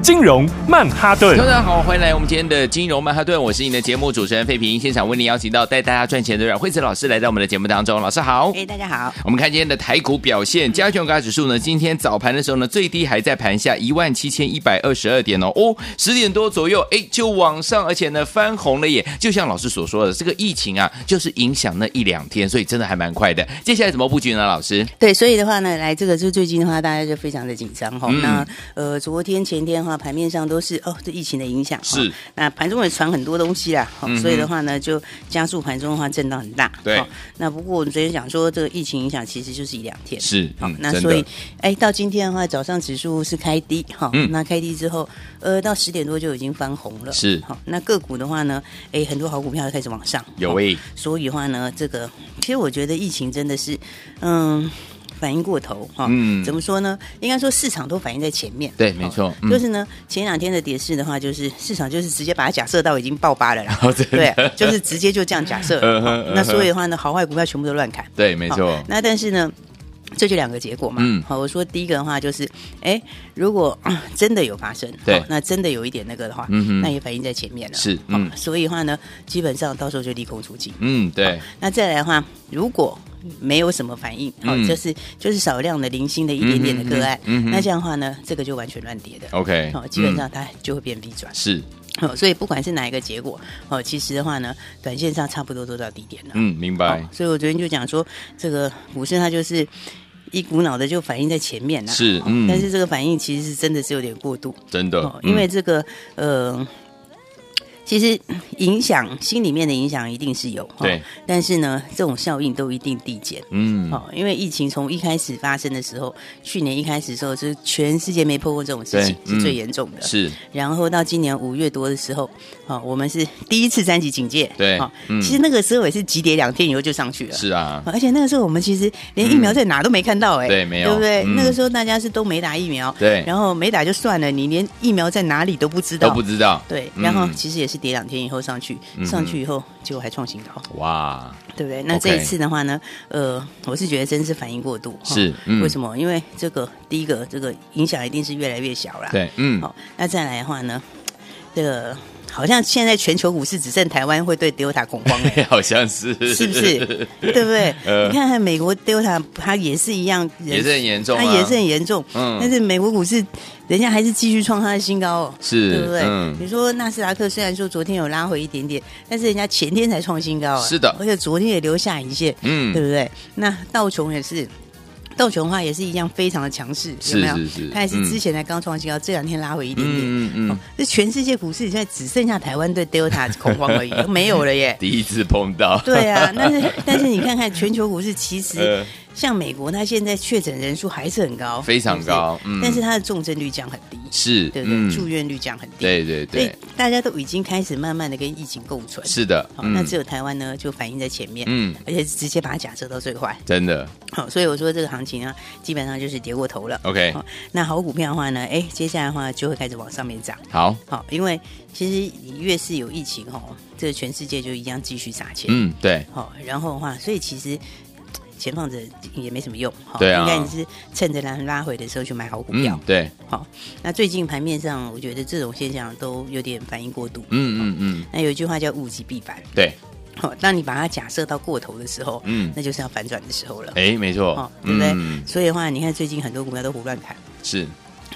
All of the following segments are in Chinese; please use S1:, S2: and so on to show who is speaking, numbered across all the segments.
S1: 金融曼哈顿
S2: 大。家好，欢迎来我们今天的金融曼哈顿，我是你的节目主持人费平，现场为您邀请到带大家赚钱的阮惠子老师来到我们的节目当中，老师好。
S3: 哎、大家好，
S2: 我们看今天的台股表现，加权股价指数呢，今天早盘的时候呢，最低还在盘下一万七千一百二十二点哦，哦，十点多左右，哎，就往上，而且呢翻红了耶。就像老师所说的，这个疫情啊，就是影响那一两天，所以真的还蛮快的。接下来怎么布局呢，老师？
S3: 对，所以的话呢，来这个就最近的话，大家就非常的紧张哈、
S2: 嗯
S3: 那呃，昨天前天的话，盘面上都是哦，这疫情的影响齁
S2: 是
S3: 那盘中也传很多东西啦，齁
S2: 嗯哼
S3: 所以的话呢，就加速盘中的话震荡很大。
S2: 对
S3: 齁那不过我们昨天讲说，这个疫情影响其实就是一两天。
S2: 是，
S3: 好
S2: 嗯，，
S3: 那
S2: 真
S3: 所以
S2: 的，，
S3: 哎，到今天的话，早上指数是开低，哈、
S2: 嗯
S3: 那开低之后，呃，到十点多就已经翻红了，
S2: 是
S3: 好，那个股的话呢，哎，很多好股票都开始往上，
S2: 有
S3: 齁
S2: 诶、
S3: 所以的话呢，这个其实我觉得疫情真的是，嗯。反应过头哈，
S2: 嗯
S3: 怎么说呢？应该说市场都反应在前面，
S2: 对没错
S3: 哦
S2: 嗯
S3: 就是呢，前两天的跌势的话，就是市场就是直接把它假设到已经爆发了 啦，
S2: 哦真的
S3: 对，就是直接就这样假设 了。
S2: 嗯哼
S3: 哦
S2: 嗯哼
S3: 那所以的话呢，好坏股票全部都乱砍，
S2: 对，没错
S3: 好，那但是呢？这就两个结果嘛。
S2: 嗯
S3: 好，我说第一个的话就是，哎，如果、 嗯真的有发生，
S2: 对
S3: 好那真的有一点那个的话，
S2: 嗯哼
S3: 那也反映在前面了。
S2: 是
S3: 好
S2: 嗯
S3: 所以的话呢，基本上到时候就利空出尽。
S2: 嗯，对，
S3: 那再来的话，如果没有什么反应，好、
S2: 嗯
S3: 就是就是少量的零星的一点点的个案，
S2: 嗯哼嗯哼
S3: 那这样的话呢，这个就完全乱跌的。
S2: OK，
S3: 好、哦基本
S2: 嗯
S3: 上哦它就会变 V 转。
S2: 是，
S3: 好、所以不管是哪一个结果，哦，其实的话呢，短线上差不多都到低点了。
S2: 嗯，明白
S3: 好，所以我昨天就讲说，这个股市它就是一股脑的就反映在前面啦、
S2: 是
S3: 哦
S2: 嗯
S3: 但是这个反应其实是真的是有点过度，
S2: 真的
S3: 哦，
S2: 嗯
S3: 因为这个、呃。其实影响心里面的影响一定是有，哦
S2: 对。
S3: 但是呢，这种效应都一定递减，
S2: 嗯，
S3: 哦，因为疫情从一开始发生的时候，去年一开始的时候，就是全世界没碰过这种事情，
S2: 对嗯
S3: 是最严重的。
S2: 是，
S3: 然后到今年五月多的时候，哦，我们是第一次三级警戒，
S2: 对
S3: 哦
S2: 嗯
S3: 其实那个时候也是急跌两天以后就上去了，
S2: 是啊，
S3: 而且那个时候我们其实连疫苗在哪都没看到、哎、
S2: 嗯对没有
S3: 对不对？
S2: 嗯
S3: 那个时候大家是都没打疫苗，
S2: 对
S3: 然后没打就算了，你连疫苗在哪里都不知道，
S2: 都不知道，
S3: 对，
S2: 嗯
S3: 然后其实也是跌两天以后上去，
S2: 嗯
S3: 上去以后结果还创新高，
S2: 哇，
S3: 对不对？那
S2: OK
S3: 这一次的话呢，呃，我是觉得真是反应过度，哈
S2: 是嗯
S3: 为什么？因为这个第一个这个影响一定是越来越小啦，，
S2: 对，嗯
S3: 好、，那再来的话呢，这个好像现在全球股市只剩台湾会对 Delta 恐慌、 哎
S2: 好像是，
S3: 是 不是？对不对？
S2: 呃
S3: 你看看美国 Delta，它也是一样，人
S2: 也是很严重啊
S3: 它也是很严重。
S2: 嗯
S3: 但是美国股市，人家还是继续创它的新高哦，
S2: 是
S3: 对不对？
S2: 嗯
S3: 你说纳斯达克虽然说昨天有拉回一点点，但是人家前天才创新高啊，
S2: 是的
S3: 而且昨天也留下影线，
S2: 嗯
S3: 对不对？那道琼也是。道琼的话也是一样，非常的强势，有
S2: 是
S3: 没有？
S2: 是是
S3: 它也是
S2: 嗯
S3: 之前才刚创新高，这两天拉回一点点。哦
S2: 嗯嗯嗯，。
S3: 这全世界股市现在只剩下台湾对 Delta 恐慌而已，都没有了耶
S2: 第一次碰到，
S3: 对啊， 但是但是你看看全球股市，其实
S2: 呃
S3: 像美国，它现在确诊人数还是很高，
S2: 非常
S3: 是不是
S2: 高嗯
S3: 但是它的重症率降很低，
S2: 是，嗯
S3: 对不对？住院率降很低，
S2: 对对
S3: 所以
S2: 对，
S3: 大家都已经开始慢慢的跟疫情共存。
S2: 是的，
S3: 好，哦那只有台湾呢，就反映在前面，
S2: 嗯，
S3: 而且是直接把它假设到最坏。
S2: 真的
S3: 好，所以我说这个行情啊，基本上就是跌过头了。
S2: ，OK，
S3: 好，那好股票的话呢，哎，接下来的话就会开始往上面涨。
S2: 好，
S3: 好，因为其实你越是有疫情吼，这个全世界就一样继续撒钱。
S2: 嗯，对，
S3: 好、然后的话，所以其实钱放着也没什么用。好
S2: 对啊
S3: 应该你是趁着拉拉回的时候去买好股
S2: 嗯
S3: 票。，
S2: 对，
S3: 好、那最近盘面上，我觉得这种现象都有点反应过度。
S2: 嗯嗯嗯，
S3: 那有一句话叫物极必反。
S2: 对，
S3: 好、当你把它假设到过头的时候，
S2: 嗯
S3: 那就是要反转的时候了。
S2: 哎，没错
S3: 哦，，对不对？
S2: 嗯
S3: 所以的话，你看最近很多股票都胡乱砍，
S2: 是，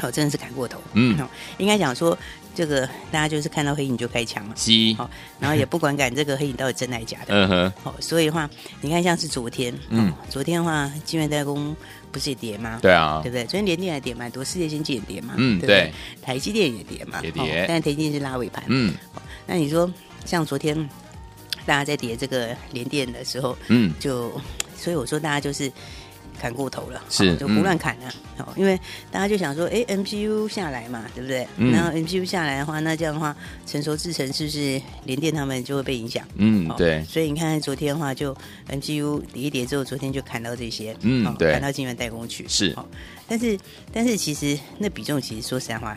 S3: 哦，真的是砍过头。
S2: 嗯
S3: 哦，应该讲说，这个大家就是看到黑影就开枪嘛。
S2: 鸡，
S3: 好、然后也不管敢这个黑影到底真还假的。
S2: 嗯哼，
S3: 好、所以的话，你看像是昨天，
S2: 嗯
S3: 嗯，昨天的话，金源代工不是也跌吗？
S2: 对啊
S3: 对，不对？昨天联电也跌蛮多，世界先进也跌嘛，
S2: 嗯
S3: 对不
S2: 对
S3: 台积电也跌嘛，哦
S2: 也跌
S3: 但台积电是拉尾盘。
S2: 嗯
S3: 那你说，像昨天大家在跌这个联电的时候，
S2: 嗯，
S3: 就所以我说大家就是砍过头了，
S2: 是
S3: 哦就
S2: 嗯
S3: 胡乱砍了。哦，因为大家就想说，哎，MPU 下来嘛，对不对？
S2: 嗯
S3: 然后 MPU 下来的话，那这样的话，成熟制程是不是联电他们就会被影响？
S2: 嗯
S3: 哦，
S2: 对，
S3: 所以你看昨天的话，就 MCU 跌一跌之后，昨天就砍到这些，哦
S2: 嗯对
S3: 砍到晶圆代工去，
S2: 是
S3: 哦。但是但是其实那比重其实说实在话，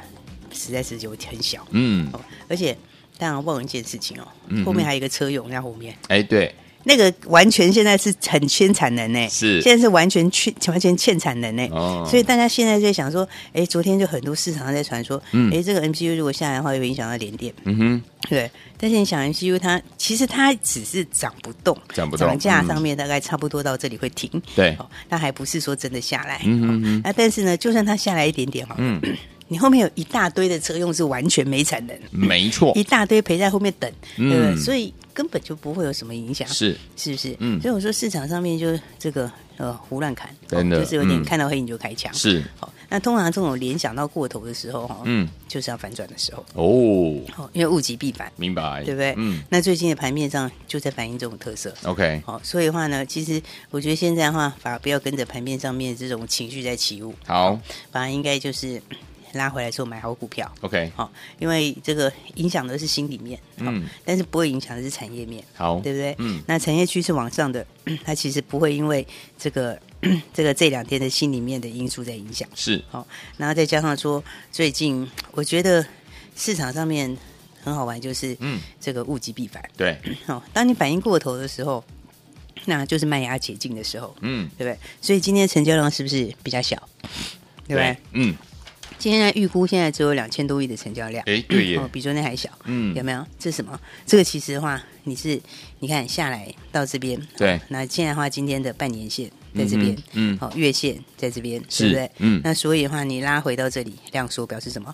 S3: 实在是有很小，
S2: 嗯，
S3: 哦，而且。当然，忘了一件事情哦，后面还有一个车友在后面，
S2: 哎，对，
S3: 那个完全现在是很缺产能呢，
S2: 是
S3: 现在是完全缺完全欠产能呢，
S2: 哦
S3: 所以大家现在在想说，哎，昨天就很多市场上在传说，
S2: 嗯
S3: 哎，这个 MCU 如果下来的话，会影响到联电，
S2: 嗯哼，
S3: 对，但是你想 MCU 它其实它只是涨不动，
S2: 涨不动
S3: 涨价
S2: 嗯
S3: 上面大概差不多到这里会停，
S2: 对，
S3: 哦，那还不是说真的下来，
S2: 嗯哼
S3: 哦
S2: 嗯
S3: 那但是呢，就算它下来一点点哈，
S2: 嗯，
S3: 你后面有一大堆的车用是完全没产能，
S2: 没错
S3: 一，大堆陪在后面等，对不对
S2: 哦嗯
S3: 所以根本就不会有什么影响，
S2: 是，
S3: 是不是？
S2: 嗯
S3: 所以我说市场上面就这个呃胡乱砍，哦
S2: 真的
S3: 就是有点
S2: 嗯
S3: 看到黑影就开枪，
S2: 是，
S3: 哦。那通常这种联想到过头的时候哈，哦
S2: 嗯，
S3: 就是要反转的时候，
S2: 哦，
S3: 哦，因为物极必反。
S2: 明白，
S3: 对不对？
S2: 嗯
S3: 那最近的盘面上就在反映这种特色。
S2: ，OK，
S3: 好、所以的话呢，其实我觉得现在的话，反而不要跟着盘面上面这种情绪在起舞，
S2: 好
S3: 反而应该就是 嗯拉回来之后买好股票。
S2: ，OK，
S3: 好、因为这个影响的是心里面，好
S2: 嗯
S3: 但是不会影响的是产业面，
S2: 好，
S3: 对不对？
S2: 嗯，
S3: 那产业趋势往上的， 它其实不会因为这个 这个这两天的心里面的因素在影响。
S2: 是，
S3: 好、然后再加上说，最近我觉得市场上面很好玩，就是
S2: 嗯，
S3: 这个物极必反。
S2: 对，
S3: 哦，当你反应过头的时候，那就是麦芽解禁的时候，
S2: 嗯，
S3: 对不对？所以今天成交量是不是比较小？对不对？，
S2: 嗯，
S3: 今天预估现在只有两千多亿的成交量，
S2: 哎，对
S3: 哦
S2: 耶，，
S3: 比昨天还小，
S2: 嗯
S3: 有没有？这是什么？这个其实的话，你是你看下来到这边，哦
S2: 对
S3: 那现在的话，今天的半年线在这边，
S2: 嗯哼嗯
S3: 好、月线在这边，
S2: 是
S3: 对不对？
S2: 嗯
S3: 那所以的话，你拉回到这里量缩，表示什么？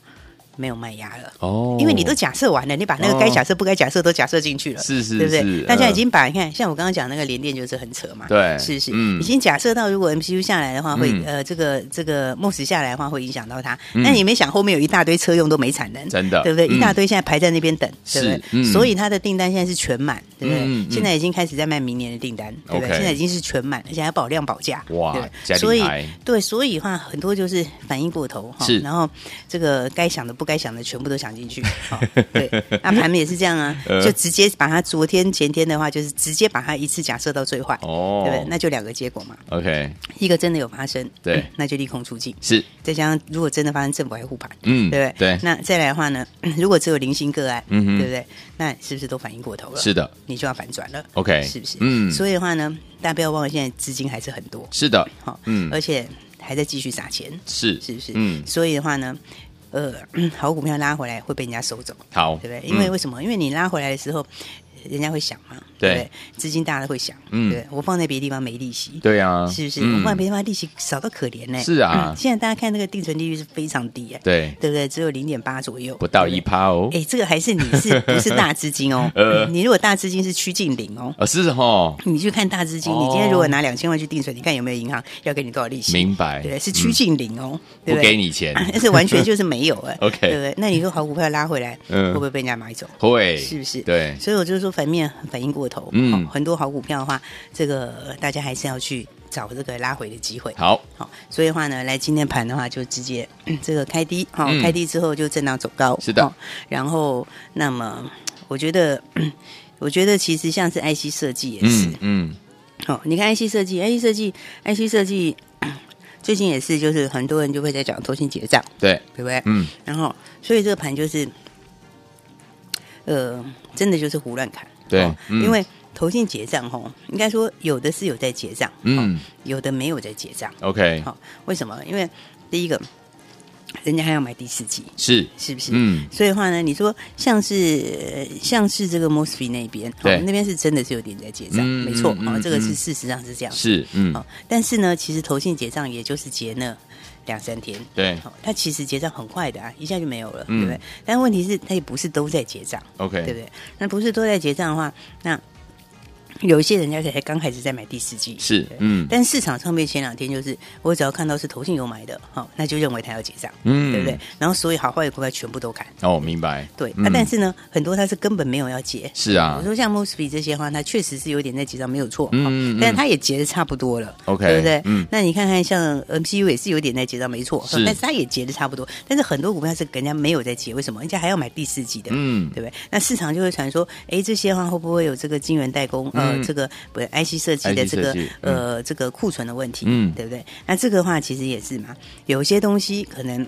S3: 没有卖压了。
S2: 哦
S3: 因为你都假设完了，你把那个该假设不该假设都假设进去了，
S2: 是是
S3: 对不
S2: 是
S3: 对？大家已
S2: 嗯
S3: 经把你看，像我刚刚讲那个联电就是很扯嘛，
S2: 对
S3: 是不是？
S2: 嗯
S3: 已经假设到如果 MCU 下来的话，会
S2: 嗯
S3: 呃这个这个 MOS 下来的话会影响到它，
S2: 嗯
S3: 但你没想后面有一大堆车用都没产能，
S2: 真的
S3: 对不对？
S2: 嗯
S3: 一大堆现在排在那边等，对不
S2: 是嗯
S3: 对？所以它的订单现在是全满，对不
S2: 嗯嗯
S3: 对？
S2: 嗯
S3: 现在已经开始在卖明年的订单，对不
S2: OK
S3: 对？现在已经是全满，而且还保量保价，
S2: 哇
S3: 对不对
S2: 加厉
S3: 所以
S2: 害
S3: 对，所以的话很多就是反应过头哈
S2: 是，
S3: 然后这个该想的不该想的全部都想 进去，哈对，那盘面也是这样啊，
S2: 呃
S3: 就直接把它昨天前天的话，就是直接把它一次假设到最坏，
S2: 哦
S3: 对不对？那就两个结果嘛，
S2: ，OK，
S3: 一个真的有发生，
S2: 对
S3: 嗯那就利空出尽，
S2: 是，
S3: 再加上如果真的发生政府还护盘，
S2: 嗯，
S3: 对不对？
S2: 对，
S3: 那再来的话呢， 如果只有零星个案，
S2: 嗯哼
S3: 对不对？那是不是都反应过头了？
S2: 是的
S3: 你就要反转了。
S2: ，OK，
S3: 是不是？
S2: 嗯，
S3: 所以的话呢，大家不要忘了，现在资金还是很多，
S2: 是的，
S3: 好，
S2: 嗯
S3: 而且还在继续撒钱，
S2: 是，
S3: 是不是？
S2: 嗯，
S3: 所以的话呢，呃， 好股票拉回来会被人家收走，
S2: 好，
S3: 对不对？因为
S2: 嗯
S3: 为什么？因为你拉回来的时候，人家会想嘛，
S2: 对
S3: 对不对？资金大的会想，
S2: 嗯
S3: 对不对，我放在别的地方没利息。
S2: 对啊，
S3: 是不是？
S2: 嗯
S3: 我放在别的地方利息少到可怜呢、嗯
S2: 是啊
S3: 现在大家看那个定存利率是非常低、哎，
S2: 对，
S3: 对不对？只有零点八左右，
S2: 不到
S3: 对
S2: 一
S3: 不对。
S2: 趴哦，
S3: 哎，这个还是你是 不是大资金哦？
S2: 呃
S3: 你如果大资金是趋近零哦，
S2: 啊，是哈，
S3: 你去看大资金，
S2: 哦
S3: 你今天如果拿两千万去定存，你看有没有银行要给你多少利息？
S2: 明白，嗯
S3: 对，是趋近零哦，对
S2: 不
S3: 对
S2: 给你 钱，
S3: 但是完全就是没有哎、
S2: OK
S3: 对不对？那你说好股票拉回来，
S2: 嗯
S3: 会不会被人家买走？
S2: 会，
S3: 是不是？
S2: 对，
S3: 所以我就说反面反应过头，
S2: 嗯
S3: 嗯、很多好股票的话，这个呃大家还是要去找这个拉回的机会。
S2: 好，
S3: 好、所以的话呢，来今天盘的话，就直接嗯这个开低，好、
S2: 嗯
S3: 开低之后就震荡走高，
S2: 是的
S3: 哦然后，那么我觉得，嗯我觉得其实像是 IC 设计也是，
S2: 嗯嗯，
S3: 哦，你看 IC 设计，IC 设计，IC 设计， 最近也是，就是很多人就会在讲投信结账，
S2: 对，
S3: 对不对？
S2: 嗯，
S3: 然后，所以这个盘就是，呃，真的就是胡乱砍，
S2: 对
S3: 哦
S2: 嗯
S3: 因为投信结账哦，应该说有的是有在结账，
S2: 嗯
S3: 哦有的没有在结账，
S2: ，OK，
S3: 哦好、为什么？因为第一个，人家还要买第四季，
S2: 是，
S3: 是不是？
S2: 嗯，
S3: 所以的话呢，你说像是呃像是这个 Mosby 那边，哦
S2: 对
S3: 那边是真的是有点在结账，
S2: 嗯
S3: 没错，
S2: 嗯
S3: 哦
S2: 嗯，
S3: 这个是
S2: 嗯
S3: 事实上是这样。
S2: 是，嗯，
S3: 哦，但是呢，其实投信结账也就是结那两三天，
S2: 对
S3: 哦，它其实结账很快的啊，一下就没有了，
S2: 嗯
S3: 对不对？但问题是，它也不是都在结账，
S2: ，OK，
S3: 对不对？那不是都在结账的话，那有一些人家才刚开始在买第四季，
S2: 是
S3: 对，
S2: 嗯
S3: 但市场上面前两天就是，我只要看到是投信有买的，好、那就认为它要结账，
S2: 嗯
S3: 对不对？然后所以好坏的股票全部都砍，
S2: 哦，明白，
S3: 对。
S2: 嗯
S3: 啊、但是呢，很多它是根本没有要结。
S2: 是啊
S3: 我，说像 Mosby 这些话，它确实是有点在结账，没有错，
S2: 嗯
S3: 嗯，但是它也结的差不多了
S2: OK，
S3: 对不对？
S2: 嗯
S3: 那你看看像 MCU 也是有点在结账，没错，
S2: 是
S3: 但是它也结的差不多，但是很多股票是人家没有在结，为什么？人家还要买第四季的，
S2: 嗯，
S3: 对不对？那市场就会传说，哎，这些话会不会有这个晶圆代工，
S2: 嗯
S3: 呃，这个不是 IC 设计
S2: IC
S3: 的这
S2: 设
S3: 个
S2: 计
S3: 呃这个库存的问题，
S2: 嗯
S3: 对不对？那这个的话其实也是嘛，有些东西可能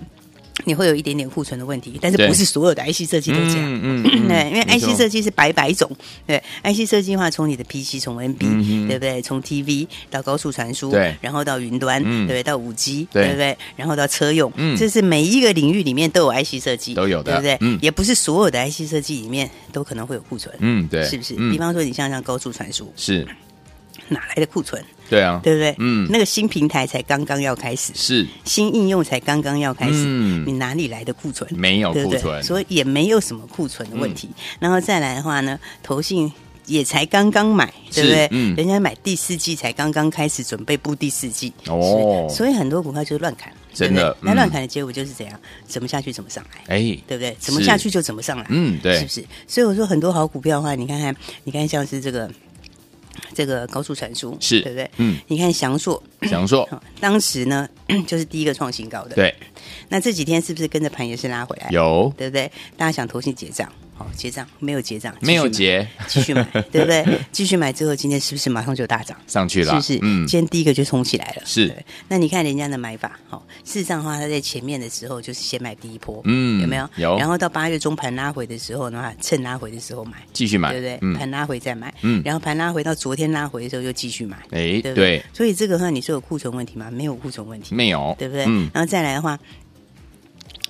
S3: 你会有一点点库存的问题，但是
S2: 对
S3: 不是所有的 IC 设计都这样。
S2: 嗯
S3: 对，因为
S2: 没错
S3: IC 设计是百百种，对，IC 设计的话，从你的 PC，从 NB，、
S2: 嗯哼
S3: 对不对？从 TV 到高速传输，
S2: 对
S3: 然后到云端，
S2: 嗯
S3: 对不对？到五 G，
S2: 对
S3: 对不对？然后到车用，
S2: 嗯
S3: 这是每一个领域里面都有 IC 设计，
S2: 都有的
S3: 对不对？
S2: 嗯
S3: 也不是所有的 IC 设计里面都可能会有库存，
S2: 嗯，对，
S3: 是不是？比
S2: 嗯，
S3: 方说，你像像高速传输，
S2: 是，
S3: 哪来的库存？
S2: 对啊，
S3: 对不对？
S2: 嗯
S3: 那个新平台才刚刚要开始，
S2: 是
S3: 新应用才刚刚要开始，
S2: 嗯
S3: 你哪里来的库存？
S2: 没有
S3: 对
S2: 库
S3: 不对？
S2: 存，嗯
S3: 所以也没有什么库存的问题。然后再来的话呢，投信。也才刚刚买，对不
S2: 是
S3: 对？
S2: 嗯
S3: 人家买第四季才刚刚开始准备布第四季，
S2: 哦
S3: 是所以很多股票就是乱砍，
S2: 真的
S3: 对不对那
S2: 嗯
S3: 乱砍的结果就是怎样？怎么下去怎么上来，
S2: 哎，
S3: 对不对？怎么
S2: 是
S3: 下去就怎么上来，
S2: 嗯，
S3: 是
S2: 对
S3: 不，是？所以我说很多好股票的话，你看看，你看像是这个这个高速传输，
S2: 是
S3: 对不对？
S2: 嗯，
S3: 你看翔硕，
S2: 想说，
S3: 哦当时呢 就是第一个创新高的，。
S2: 对，
S3: 那这几天是不是跟着盘也是拉回来？
S2: 有
S3: 对不对？大家想投信结账，好结账没有结账，继续
S2: 没有
S3: 买，
S2: 结
S3: 继续买，对不对？继续买之后，今天是不是马上就大涨？
S2: 上去
S3: 是
S2: 了
S3: 不是？，
S2: 嗯
S3: 今，天第一个就冲起来了。
S2: 是
S3: 对那你看人家的买法，好、事实上的话，他在前面的时候就是先买第一波，
S2: 嗯
S3: 有没有？
S2: 有
S3: 然后到八月中盘拉回的时候的话，趁拉回的时候买，
S2: 继续买，
S3: 对不对？
S2: 嗯，
S3: 盘拉回再买，
S2: 嗯
S3: 然后盘拉回到昨天拉回的时候又继续买，
S2: 哎，
S3: 对不
S2: 对，
S3: 所以这个话，你说有库存问题吗？没有库存问题，
S2: 没有，
S3: 对不对？
S2: 嗯，
S3: 然后再来的话，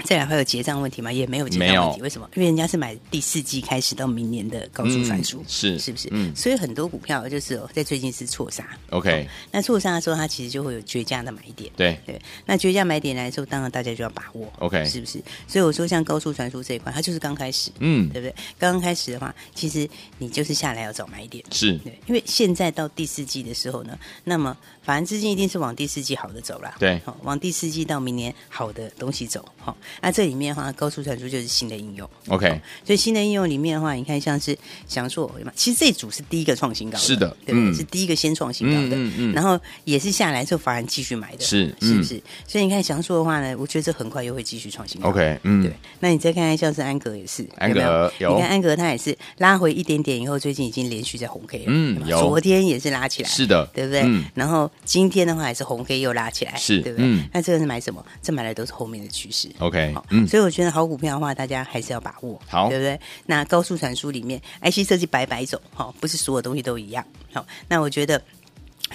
S3: 再来还有结账问题吗？也没有结
S2: 没
S3: 账
S2: 有
S3: 问题，为什么？因为人家是买第四季开始到明年的高速传输，
S2: 嗯是
S3: 是不是？
S2: 嗯
S3: 所以很多股票就是哦在最近是错杀。
S2: OK
S3: 那错杀的时候，它其实就会有绝佳的买点。
S2: 对，
S3: 对，那绝佳买点来的时候，当然大家就要把握。
S2: OK
S3: 是不是？所以我说，像高速传输这一块，它就是刚开始，
S2: 嗯，
S3: 对不对？刚刚开始的话，其实你就是下来要找买点。
S2: 是，
S3: 对，因为现在到第四季的时候呢，那么法人资金一定是往第四季好的走啦，
S2: 对
S3: 好往第四季到明年好的东西走，好、那这里面的话，高速传输就是新的应用
S2: OK
S3: 所以新的应用里面的话，你看像是翔硕嘛，其实这一组是第一个创新高的，
S2: 是的
S3: 对不对？
S2: 嗯
S3: 是第一个先创新高的，
S2: 嗯嗯嗯
S3: 然后也是下来之后法人继续买的，
S2: 是
S3: 是
S2: 嗯
S3: 不是？所以你看翔硕的话呢，我觉得这很快又会继续创新高
S2: OK，嗯
S3: 对，，那你再看看像是安格也是，
S2: 安
S3: 有没
S2: 格
S3: 有
S2: 有
S3: 你看安格它也是拉回一点点以后，最近已经连续在红 K 了，
S2: 嗯
S3: 对吧
S2: 有
S3: 昨天也是拉起来，
S2: 是的，
S3: 对不对？
S2: 嗯，
S3: 然后今天的话也是红 K 又拉起来，
S2: 是
S3: 对不对？
S2: 嗯
S3: 那这个是买什么？这买的都是后面的趋势。
S2: OK，
S3: 好
S2: 嗯，
S3: 所以我觉得好股票的话，大家还是要把握，
S2: 好
S3: 对不对？那高速传输里面，IC 设计百百种，好、不是所有东西都一样，好、那我觉得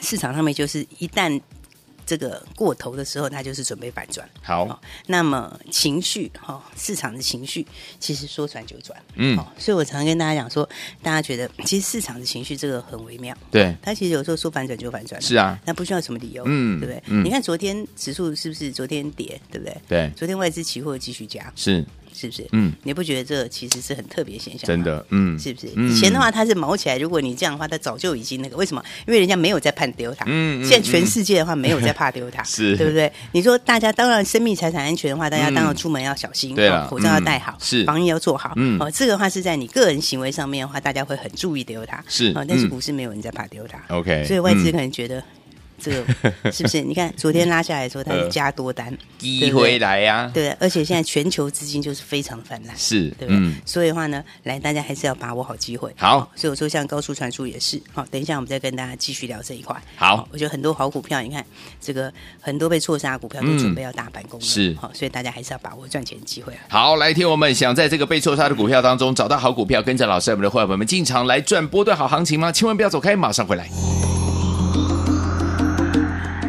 S3: 市场上面就是一旦这个过头的时候，它就是准备反转，
S2: 好，
S3: 那么情绪哈、哦市场的情绪其实说转就转，
S2: 嗯
S3: 哦，所以我常跟大家讲说，大家觉得其实市场的情绪这个很微妙，
S2: 对，
S3: 它其实有时候说反转就反转，
S2: 是，啊，
S3: 那不需要什么理由，
S2: 嗯
S3: 对不对？
S2: 嗯
S3: 你看昨天指数是不是昨天跌，对不对？
S2: 对，
S3: 昨天外资期货继续加，
S2: 是，
S3: 是不是？
S2: 嗯，
S3: 你不觉得这其实是很特别现象？
S2: 真。的，嗯，
S3: 是不是？
S2: 嗯
S3: 以前的话，它是毛起来。如果你这样的话，它早就已经那个。为什么？因为人家没有在判丢它。
S2: 嗯嗯嗯
S3: 现在全世界的话，没有在怕丢它，
S2: 是
S3: 对不对？你说大家当然生命财产安全的话，大家当然出门要小心，
S2: 对啦
S3: 口罩要戴好
S2: 嗯，是
S3: 防疫要做好。
S2: 嗯
S3: 哦，这个话是在你个人行为上面的话，大家会很注意丢它。
S2: 是
S3: 哦，但是
S2: 嗯
S3: 股市没有人在怕丢它。
S2: OK，
S3: 所以外资
S2: 嗯
S3: 可能觉得。这个是不是？你看昨天拉下来的时候，它
S2: 呃
S3: 是加多单，
S2: 机会来呀，
S3: 对不对，而且现在全球资金就是非常泛滥，
S2: 是，
S3: 对不对？
S2: 嗯，
S3: 所以的话呢，来大家还是要把握好机会。
S2: 好，
S3: 所以我说像高速传输也是，好、等一下我们再跟大家继续聊这一块。
S2: 好，
S3: 我觉得很多好股票，你看这个很多被错杀的股票都
S2: 嗯
S3: 准备要大反攻了，
S2: 是
S3: 好、所以大家还是要把握赚钱的机会啊。
S2: 好，来，听我们想在这个被错杀的股票当中找到好股票，跟着老师我们的伙伴们进场来赚波段好行情吗？千万不要走开，马上回来。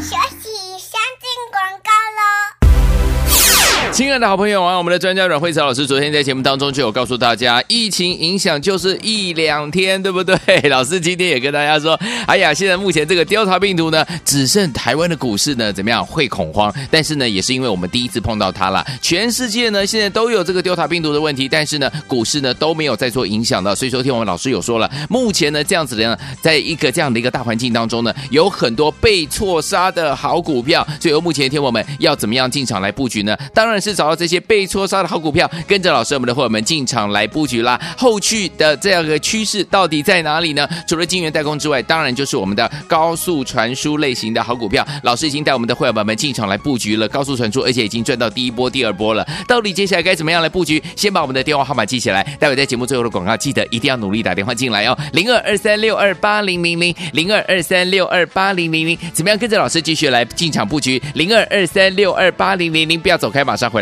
S4: 学习先进广告喽。
S2: 亲爱的好朋友啊，我们的专家阮慧慈老师昨天在节目当中就有告诉大家，疫情影响就是一两天，对不 对？老师今天也跟大家说，哎呀，现在目前这个调查病毒呢，只剩台湾的股市呢怎么样会恐慌？但是呢，也是因为我们第一次碰到它了，全世界呢现在都有这个调查病毒的问题，但是呢，股市呢都没有再做影响的。所以昨天我们老师有说了，目前呢这样子的呢，在一个这样的一个大环境当中呢，有很多被错杀的好股票，所以目前的天我们要怎么样进场来布局呢？当然是找到这些被错杀的好股票，跟着老师我们的伙伴们进场来布局啦。后续的这样一个趋势到底在哪里呢？除了晶圆代工之外，当然就是我们的高速传输类型的好股票。老师已经带我们的会员们进场来布局了高速传输，而且已经赚到第一波、第二波了。到底接下来该怎么样来布局？先把我们的电话号码记起来，待会在节目最后的广告记得一定要努力打电话进来哦，零二二三六二八零零零零二二三六二八零零零，怎么样跟着老师继续来进场布局？零二二三六二八零零零，不要走开，马上回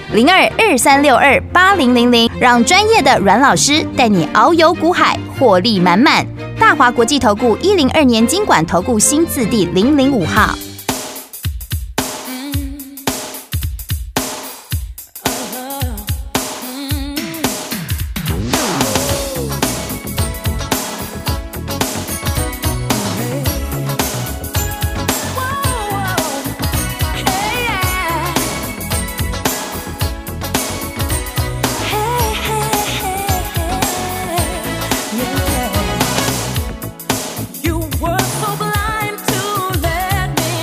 S4: 零二二三六二八零零零，让专业的阮老师带你遨游股海，获利满满。大华国际投顾一零二年经管投顾新字第零零五号。
S5: You were so blind to let me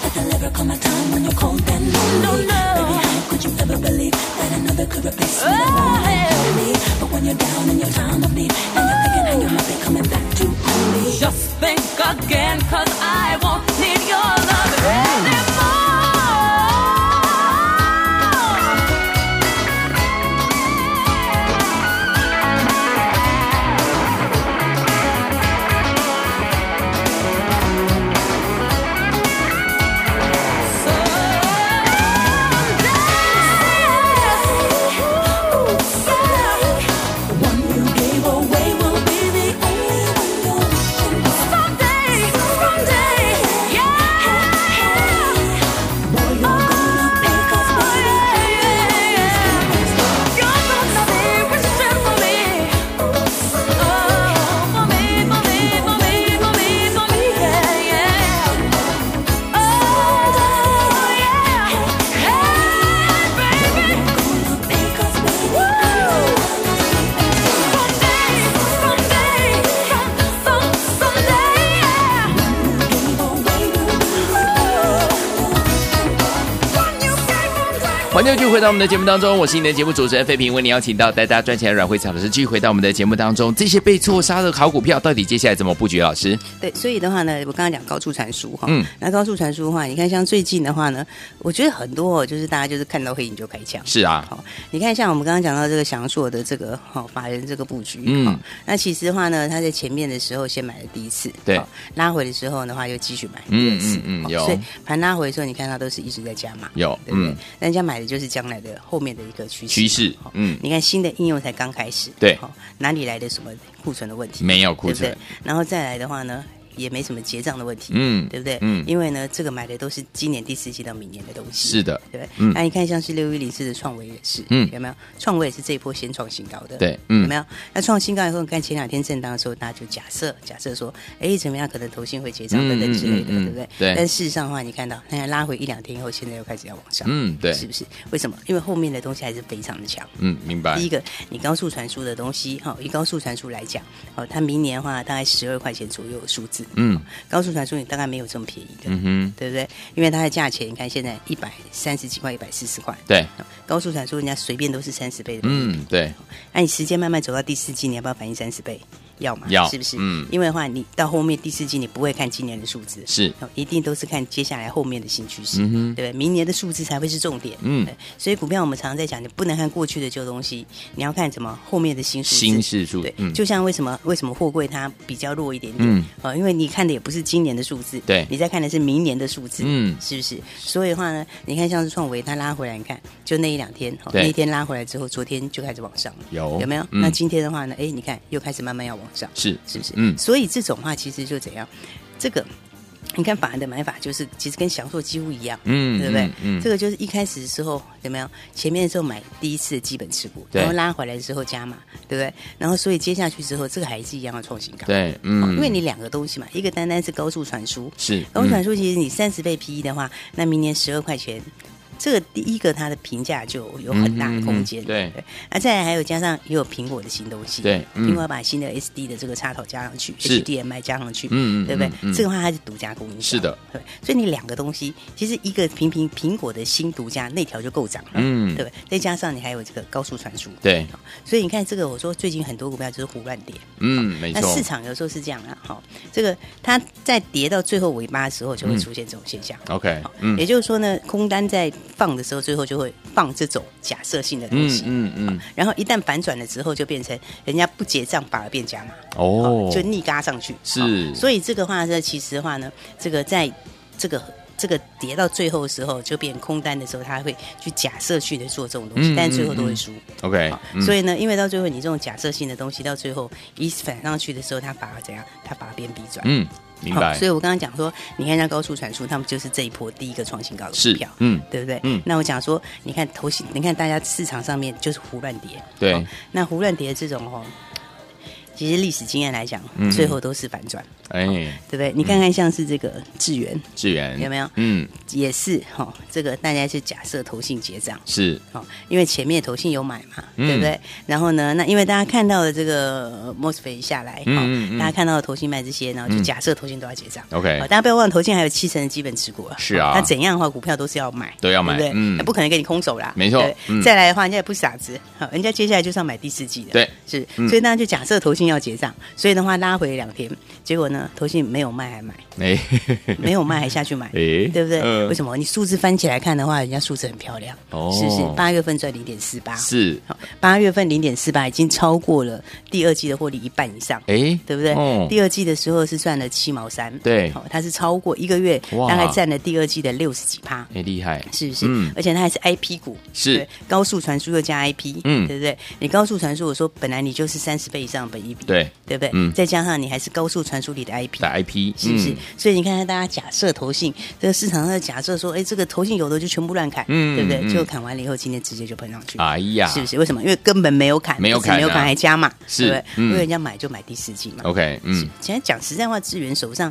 S5: I'm cold and lonely. Baby, how could you ever believe that another could replace me? Oh, me? But when you're down and you're down on me, and you're thinking how you might be coming back to me. Just think again, cause I won't need your love anymore. Yeah. Oh yeah, hey baby. Someday, someday, some someday, yeah. When you came on.
S2: 欢迎继续回到我们的节目当中，我是你的节目主持人费平，为你邀请到带大家赚钱的阮慧慈老师，继续回到我们的节目当中。这些被错杀的好股票，到底接下来怎么布局？老师，
S3: 对，所以的话呢，我刚刚讲高速传输哈，
S2: 嗯
S3: 那高速传输的话，你看像最近的话呢，我觉得很多哦，就是大家就是看到黑影就开枪。
S2: 是啊，
S3: 好，你看像我们刚刚讲到这个翔硕的这个好、法人这个布局，
S2: 嗯
S3: 好那其实的话呢，他在前面的时候先买了第一次，
S2: 对
S3: 好拉回的时候的话又继续买第
S2: 嗯
S3: 二次，
S2: 嗯嗯
S3: 好
S2: 有
S3: 哦所以盘拉回的时候，你看它都是一直在加码，
S2: 有
S3: 对不对？
S2: 嗯
S3: 人家买的就是将来的后面的一个趋势，
S2: 趋势
S3: 好
S2: 嗯
S3: 你看新的应用才刚开始，
S2: 对
S3: 好，哪里来的什么库存的问题？
S2: 没有库
S3: 对不
S2: 存
S3: 对，？然后再来的话呢，也没什么结账的问题，
S2: 嗯
S3: 对不对？
S2: 嗯
S3: 因为呢，这个买的都是今年第四季到明年的东西，
S2: 是的
S3: 对不对？
S2: 嗯
S3: 那你看像是六一零四的创维也是，
S2: 嗯
S3: 有没有？创维也是这一波先创新高的，
S2: 对嗯
S3: 有没有？那创新高以后，你看前两天震荡的时候，大家就假设假设说，哎，怎么样？可能投信会结账
S2: 嗯
S3: 等等之类的，
S2: 嗯嗯嗯
S3: 对不对？
S2: 对
S3: 但事实上的话，你看到那拉回一两天以后，现在又开始要往上，
S2: 嗯对
S3: 是不是？为什么？因为后面的东西还是非常的强。
S2: 嗯，明白
S3: 第一。个，你高速传输的东西，哈，以高速传输来讲，哦，它明年的话大概十二块钱左右的数字，
S2: 嗯
S3: 高速传输你大概没有这么便宜的，
S2: 嗯哼，
S3: 对不对？因为它的价钱，你看现在一百三十几块，一百四十块，哦
S2: 对，
S3: 高速传输人家随便都是三十倍的，
S2: 嗯对，
S3: 那、你时间慢慢走到第四季，你要不要反映三十倍？要嘛，
S2: 要
S3: 是不是？
S2: 嗯
S3: 因为的话，你到后面第四季，你不会看今年的数字，
S2: 是
S3: 哦一定都是看接下来后面的新趋势，
S2: 嗯哼
S3: 对不对？明年的数字才会是重点，
S2: 嗯
S3: 对。所以股票我们常常在讲，你不能看过去的旧东西，你要看什么后面的新数字。
S2: 新事数
S3: 对，，
S2: 嗯，
S3: 就像为什么为什么货柜它比较弱一点点，
S2: 嗯
S3: 哦，因为你看的也不是今年的数字，
S2: 对
S3: 你在看的是明年的数字，
S2: 嗯
S3: 是不是？所以的话呢，你看像是创维它拉回来，你看就那一两天，哦、
S2: 对
S3: 那一天拉回来之后，昨天就开始往上了，
S2: 有
S3: 有没有？
S2: 嗯
S3: 那今天的话呢，哎，你看又开始慢慢要往上，
S2: 是
S3: 是不是？
S2: 嗯
S3: 所以这种话其实就怎样，这个。你看法人的买法就是，其实跟享受几乎一样，
S2: 嗯
S3: 对不对？
S2: 嗯嗯
S3: 这个就是一开始的时候有没有？前面的时候买第一次的基本持股，
S2: 对
S3: 然后拉回来之后加码，对不对？然后所以接下去之后，这个还是一样的创新高，
S2: 对，
S3: 哦
S2: 嗯，
S3: 因为你两个东西嘛，一个单单是高速传输，
S2: 是
S3: 高速传
S2: 嗯
S3: 输其实你三十倍 PE 的话，那明年十二块钱。这个第一个它的评价就有很大的空间，
S2: 嗯哼嗯哼对
S3: 那再来还有加上也有苹果的新东西，
S2: 对嗯
S3: 苹果把新的 SD 的这个插头加上去
S2: 是
S3: ，HDMI 加上去，
S2: 嗯嗯
S3: 对不对
S2: 嗯？嗯
S3: 这个话它是独家供应商，
S2: 是的，
S3: 对。所以你两个东西，其实一个平平苹果的新独家那条就够涨了，
S2: 嗯
S3: 对不对？再加上你还有这个高速传输，
S2: 对，
S3: 所以你看这个，我说最近很多股票就是胡乱跌，
S2: 嗯，没
S3: 那
S2: 错
S3: 市，场有时候是这样啊，好、这个它在跌到最后尾巴的时候，就会出现这种现象。
S2: OK，
S3: 好
S2: 嗯
S3: 也就是说呢，空单在放的时候，最后就会放这种假设性的东
S2: 嗯
S3: 西。
S2: 嗯嗯，
S3: 然后一旦反转了之后，就变成人家不结账反而变加码，
S2: 哦，
S3: 就逆嘎上去。
S2: 是
S3: 好所以这个话呢，其实的话呢，这个在这个这个跌到最后的时候，就变空单的时候，他会去假设去的做这种东西，
S2: 嗯
S3: 但最后
S2: 嗯
S3: 都会
S2: 嗯
S3: 输。
S2: OK，
S3: 好
S2: 嗯
S3: 所以呢，因为到最后你这种假设性的东西，到最后一反上去的时候，它反而怎样？它反而变逼转。
S2: 嗯，明
S3: 好，
S2: 白，
S3: 所以我刚刚讲说，你看像高速传输，他们就是这一波第一个创新高的
S2: 是
S3: 股票，
S2: 嗯
S3: 对不对？
S2: 嗯
S3: 那我讲说，你看投信，你看大家市场上面就是胡乱跌，
S2: 对
S3: 好那胡乱跌这种哦，哦其实历史经验来讲，
S2: 嗯
S3: 最后都是反转，
S2: 哎，
S3: 对不对？你看看像是这个智源
S2: 志源
S3: 有没有
S2: 嗯，
S3: 也是哈、哦，这个大家是假设投信结账。
S2: 是，
S3: 哦，因为前面投信有买嘛，
S2: 嗯
S3: 对不对？然后呢，那因为大家看到了这个呃 mosfet 下来，
S2: 嗯
S3: 哦
S2: 嗯嗯
S3: 大家看到了投信卖这些，然后就
S2: 嗯
S3: 假设投信都要结账。
S2: OK
S3: 哦大家不要忘，投信还有七成的基本持股啊。
S2: 是啊
S3: 那怎样的话，股票都是要买，
S2: 都要买
S3: 对不对？
S2: 嗯
S3: 那不可能给你空手啦，
S2: 没错
S3: 对
S2: 嗯
S3: 再来的话，人家也不傻子，好，人家接下来就是要买第四季的，
S2: 对，
S3: 是
S2: 嗯，
S3: 所以大家就假设投信要结账，所以的话拉回两天，结果呢，投信没有卖还买，
S2: 哎，
S3: 没有卖还下去买，
S2: 诶
S3: 对不对？
S2: 嗯
S3: 为什么？你数字翻起来看的话，人家数字很漂亮，
S2: 哦
S3: 是不是？八月份赚零点四八，
S2: 是，
S3: 好，八月份零点四八已经超过了第二季的获利一半以上。
S2: 哎，
S3: 对不对？
S2: 哦，
S3: 第二季的时候是赚了七毛三，
S2: 对
S3: 好、它是超过一个月，
S2: 哇
S3: 大概占了第二季的六十几趴，
S2: 哎，厉害，
S3: 是不是？
S2: 嗯
S3: 而且它还是 IP 股，
S2: 是
S3: 对高速传输又加 IP，
S2: 嗯
S3: 对不对？你高速传输，我说本来你就是三十倍以上的本一比，
S2: 对
S3: 对不对？
S2: 嗯
S3: 再加上你还是高速传输里的 IP，
S2: 的 IP
S3: 是不是？
S2: 嗯
S3: 所以你看看大家假设投信，这个市场上的假设说，哎，这个投信有的就全部乱砍，
S2: 嗯
S3: 对不对？
S2: 嗯
S3: 就砍完了以后，今天直接就喷上去，
S2: 哎呀，
S3: 是不是？为什么？因为根本没有砍，
S2: 没有
S3: 不止
S2: 砍啊
S3: 没有砍还加码，
S2: 是
S3: 对不对？
S2: 嗯
S3: 因为人家买就买第四季嘛。
S2: ？OK，嗯，
S3: 现在讲实在话，资源手上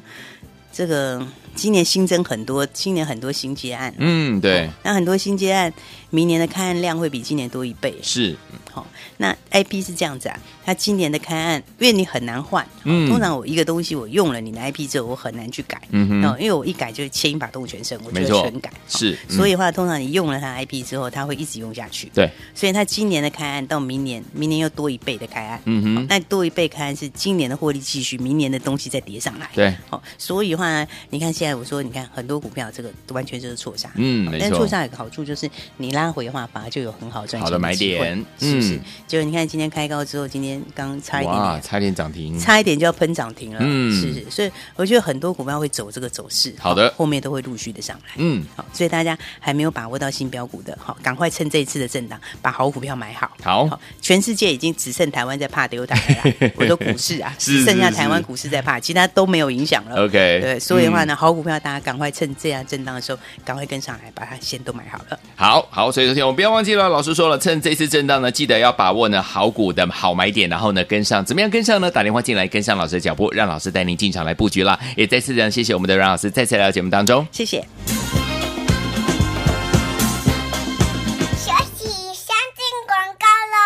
S3: 这个今年新增很多，今年很多新接案，
S2: 嗯，对，
S3: 那很多新接案，明年的开案量会比今年多一倍。啊
S2: 是，
S3: 好、那 IP 是这样子啊，它今年的开案，因为你很难换。哦
S2: 嗯
S3: 通常我一个东西我用了你的 IP 之后，我很难去改。
S2: 嗯哼
S3: 哦因为我一改就牵一把动全身，我
S2: 没
S3: 就会
S2: 错
S3: 全改。哦
S2: 是嗯
S3: 所以的话，通常你用了它的 IP 之后，它会一直用下去。
S2: 对，
S3: 所以它今年的开案到明年，明年又多一倍的开案。
S2: 嗯
S3: 哦
S2: 哼，
S3: 那多一倍开案是今年的获利继续，明年的东西再叠上来。
S2: 对，
S3: 好、所以的话呢，你看现在我说，你看很多股票这个完全就是错杀。
S2: 嗯，没
S3: 但
S2: 错
S3: 错，杀有个好处就是，你拉回的话，反而就有很好赚钱
S2: 好的买
S3: 机会
S2: 点
S3: 是不是
S2: 嗯？
S3: 就你看今天开高之后，今天刚差一点
S2: 哇，
S3: 点，
S2: 差点涨停，
S3: 哎差一点就要喷涨停了，
S2: 嗯
S3: 是不是？所以我觉得很多股票会走这个走势，
S2: 好的
S3: 后面都会陆续的上来。
S2: 呃嗯，
S3: 好，所以大家还没有把握到新标股的，好，赶快趁这一次的震荡，把好股票买好。
S2: 好
S3: 好，全世界已经只剩台湾在怕 Delta 了啦，我说股市啊，
S2: 是
S3: 只剩下
S2: 是
S3: 台湾
S2: 是
S3: 股市在怕，其他都没有影响了。
S2: OK，嗯
S3: 对，所以的话呢，好股票大家赶快趁这样震荡的时候，赶快跟上来，把它先都买好了。
S2: 好好，所以昨天我们不要忘记了，老师说了，趁这次震荡呢，记得要把握呢好股的好买点，然后呢跟上，怎么样跟上呢？打电话进来跟上老师的脚步，让老师带您进场来布局啦。也再次呢，谢谢我们的阮老师再次来到节目当中。
S3: 谢谢。
S6: 学习相进广告喽。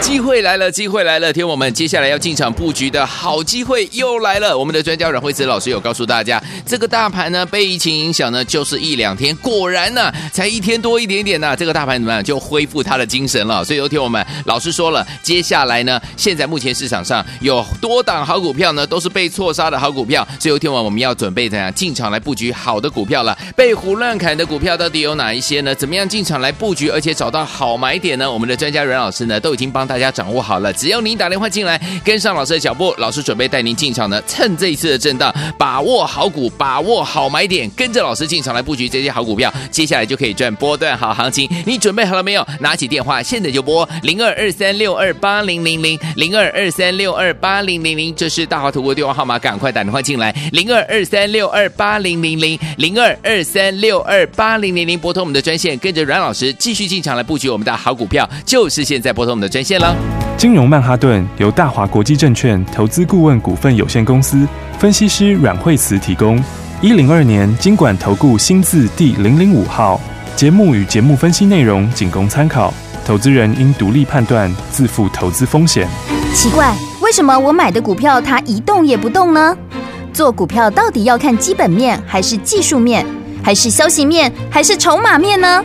S2: 机会来了，机会来了！听我们接下来要进场布局的好机会又来了。我们的专家阮慧慈老师有告诉大家，这个大盘呢被疫情影响呢，就是一两天，果然呢、才一天多一点点呢、这个大盘怎么样就恢复它的精神了。所以有听我们老师说了，接下来呢，现在目前市场上有多档好股票呢，都是被错杀的好股票。所以有听我们要准备怎样进场来布局好的股票了？被胡乱砍的股票到底有哪一些呢？怎么样进场来布局，而且找到好买点呢？我们的专家阮老师呢，都已经帮大家掌握好了。只要您打电话进来，跟上老师的脚步，老师准备带您进场呢。趁这一次的震荡，把握好股，把握好买点，跟着老师进场来布局这些好股票，接下来就可以赚波段好行情。你准备好了没有？拿起电话，现在就拨零二二三六二八零零零零二二三六二八零零零，这是大华图的电话号码，赶快打电话进来，零二二三六二八零零零零二二三六二八零零零，拨通我们的专线，跟着阮老师继续进场来布局我们的好股票，就是现在拨通我们的专线了。
S1: 金融曼哈顿由大华国际证券投资顾问股份有限公司分析师阮惠慈提供。一零二年经管投顾新字第零零五号。节目与节目分析内容仅供参考，投资人应独立判断，自负投资风险。
S4: 奇怪，为什么我买的股票它一动也不动呢？做股票到底要看基本面，还是技术面，还是消息面，还是筹码面呢？